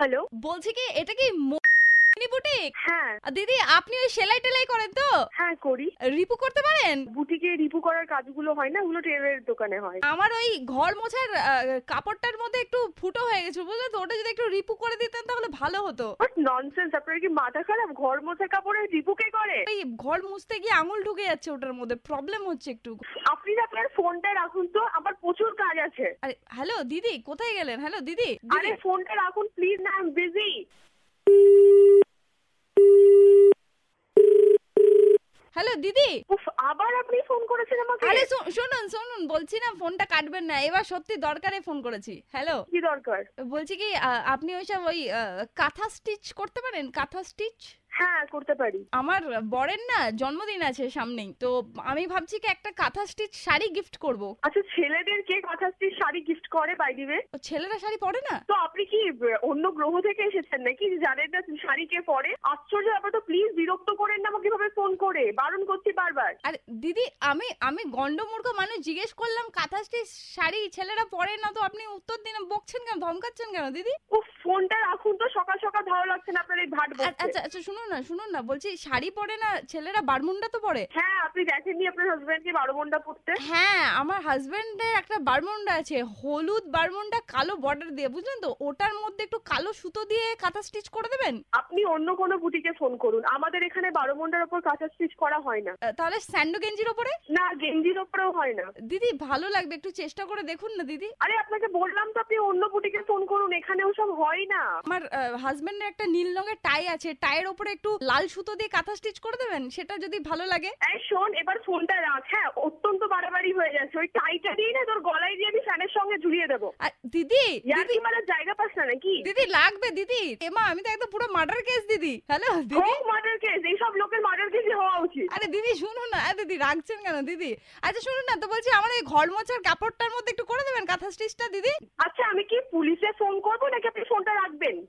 Hello বলছি কি এটা কি মোহিনী বুটিক হ্যাঁ আর দিদি আপনি ওই সেলাই টেলাই করেন তো হ্যাঁ করি রিপু করতে পারেন বুটিকে রিপু করার কাজগুলো হয় না ওগুলো টেলারের দোকানে হয় আমার ওই ঘর মোছার আহ, কাপড়টার মধ্যে একটু ফুটো হয়ে গেছে বুঝলে তো ওটা যদি একটু রিপু করে দিতেন তাহলে ভালো হতো বাট ননসেন্স আপনার কি মাথা খারাপ ঘর মোছা কাপড়ে রিপুকে করে ওই ঘর মুছতে গিয়ে আঙুল ঢুকে যাচ্ছে ওটার মধ্যে প্রবলেম হচ্ছে একটু আপনি না আপনার ফোনটা রাখুন তো আমার প্রচুর কাজ আছে আরে হ্যালো দিদি কোথায় গেলেন হ্যালো দিদি আরে দিদি ফোনটা রাখুন প্লিজ না আই এম বিজি হ্যালো দিদি উফ আবার আপনি ফোন করেছেন আমাকে আরে শু- শুনুন শুনুন বলছি না ফোনটা কাটবেন না এবার সত্যি দরকারে ফোন করেছি হ্যালো কি দরকার বলছি কি আহ, আপনি ওইসব ওই আহ, কাঁথা স্টিচ করতে পারেন কাঁথা স্টিচ হ্যাঁ করতে পারি আমার বরের না জন্মদিন আছে সামনেই তো আমি ভাবছি কি একটা কাঁথা স্টিচ শাড়ি গিফট করব আচ্ছা ছেলেদের কে কথা শাড়ি গিফট করে বাই দিবে ও ছেলেরা শাড়ি পরে না তো আপনি কি ব- অন্য গ্রহ থেকে এসেছেন নাকি যে জানেন না শাড়ি কে পরে আশ্চর্য ব্যাপার তো প্লিজ বিরক্ত করেন না আমাকে এভাবে ফোন করে বারণ করছি বারবার আর দিদি আমি আমি গন্ডমূর্খ মানুষ জিজ্ঞেস করলাম কাঁথা স্টিচ শাড়ি ছেলেরা পরে না তো আপনি উত্তর দিন বকছেন কেন ধমকাচ্ছেন কেন দিদি ও ফোনটা রাখুন তো সকাল সকাল ভালো লাগছে না আপনার এই ভাট আ- বকতে। আচ্ছা আচ্ছা শুনুন না শুনুন না বলছি শাড়ি পরে না ছেলেরা বারমুন্ডা তো পরে হ্যাঁ আপনি দেখেননি আপনার হাজবেন্ডকে বারো ঘন্টা পড়তে হ্যাঁ আমার হাজবেন্ডের একটা বারমুন্ডা আছে হলুদ বারমুন্ডা কালো বর্ডার দিয়ে বুঝলেন তো ওটার মধ্যে একটু কালো সুতো দিয়ে কাঁথা স্টিচ করে দেবেন আপনি অন্য কোনো বুটিকে ফোন করুন আমাদের এখানে বারো ঘন্টার ওপর কাঁচা স্টিচ করা হয় না আহ, তাহলে স্যান্ডো গেঞ্জির ওপরে না গেঞ্জির ওপরেও হয় না দিদি ভালো লাগবে একটু চেষ্টা করে দেখুন না দিদি আরে আপনাকে বললাম তো আপনি অন্য বুটিকে ফোন করুন এখানেও সব হয় না আমার হাজবেন্ডের একটা নীল রঙের টাই আছে টাইয়ের ওপরে একটু লাল সুতো দিয়ে কাঁথা স্টিচ করে দেবেন সেটা যদি ভালো লাগে এই শোন এবার ফোনটা রাখ হ্যাঁ অত্যন্ত বাড়াবাড়ি হয়ে যাচ্ছে ওই টাইটা দিয়ে না তোর গলায় দিয়ে আমি ফ্যানের সঙ্গে ঝুলিয়ে দেবো আর দিদি ইয়ার্কি মারার জায়গা পাস না নাকি দিদি লাগবে দিদি এমা আমি তো একদম পুরো মার্ডার কেস দিদি হ্যালো দিদি হোক মার্ডার কেস এইসব লোকের মার্ডার কেস হওয়া উচিত আরে দিদি শুনুন না আরে দিদি রাখছেন কেন দিদি আচ্ছা শুনুন না তো বলছি আমার এই ঘর মোছার কাপড়টার মধ্যে একটু করে দেবেন কাঁথা স্টিচটা দিদি আচ্ছা আমি কি পুলিশে ফোন করবো নাকি আপনি ফোনটা রাখবেন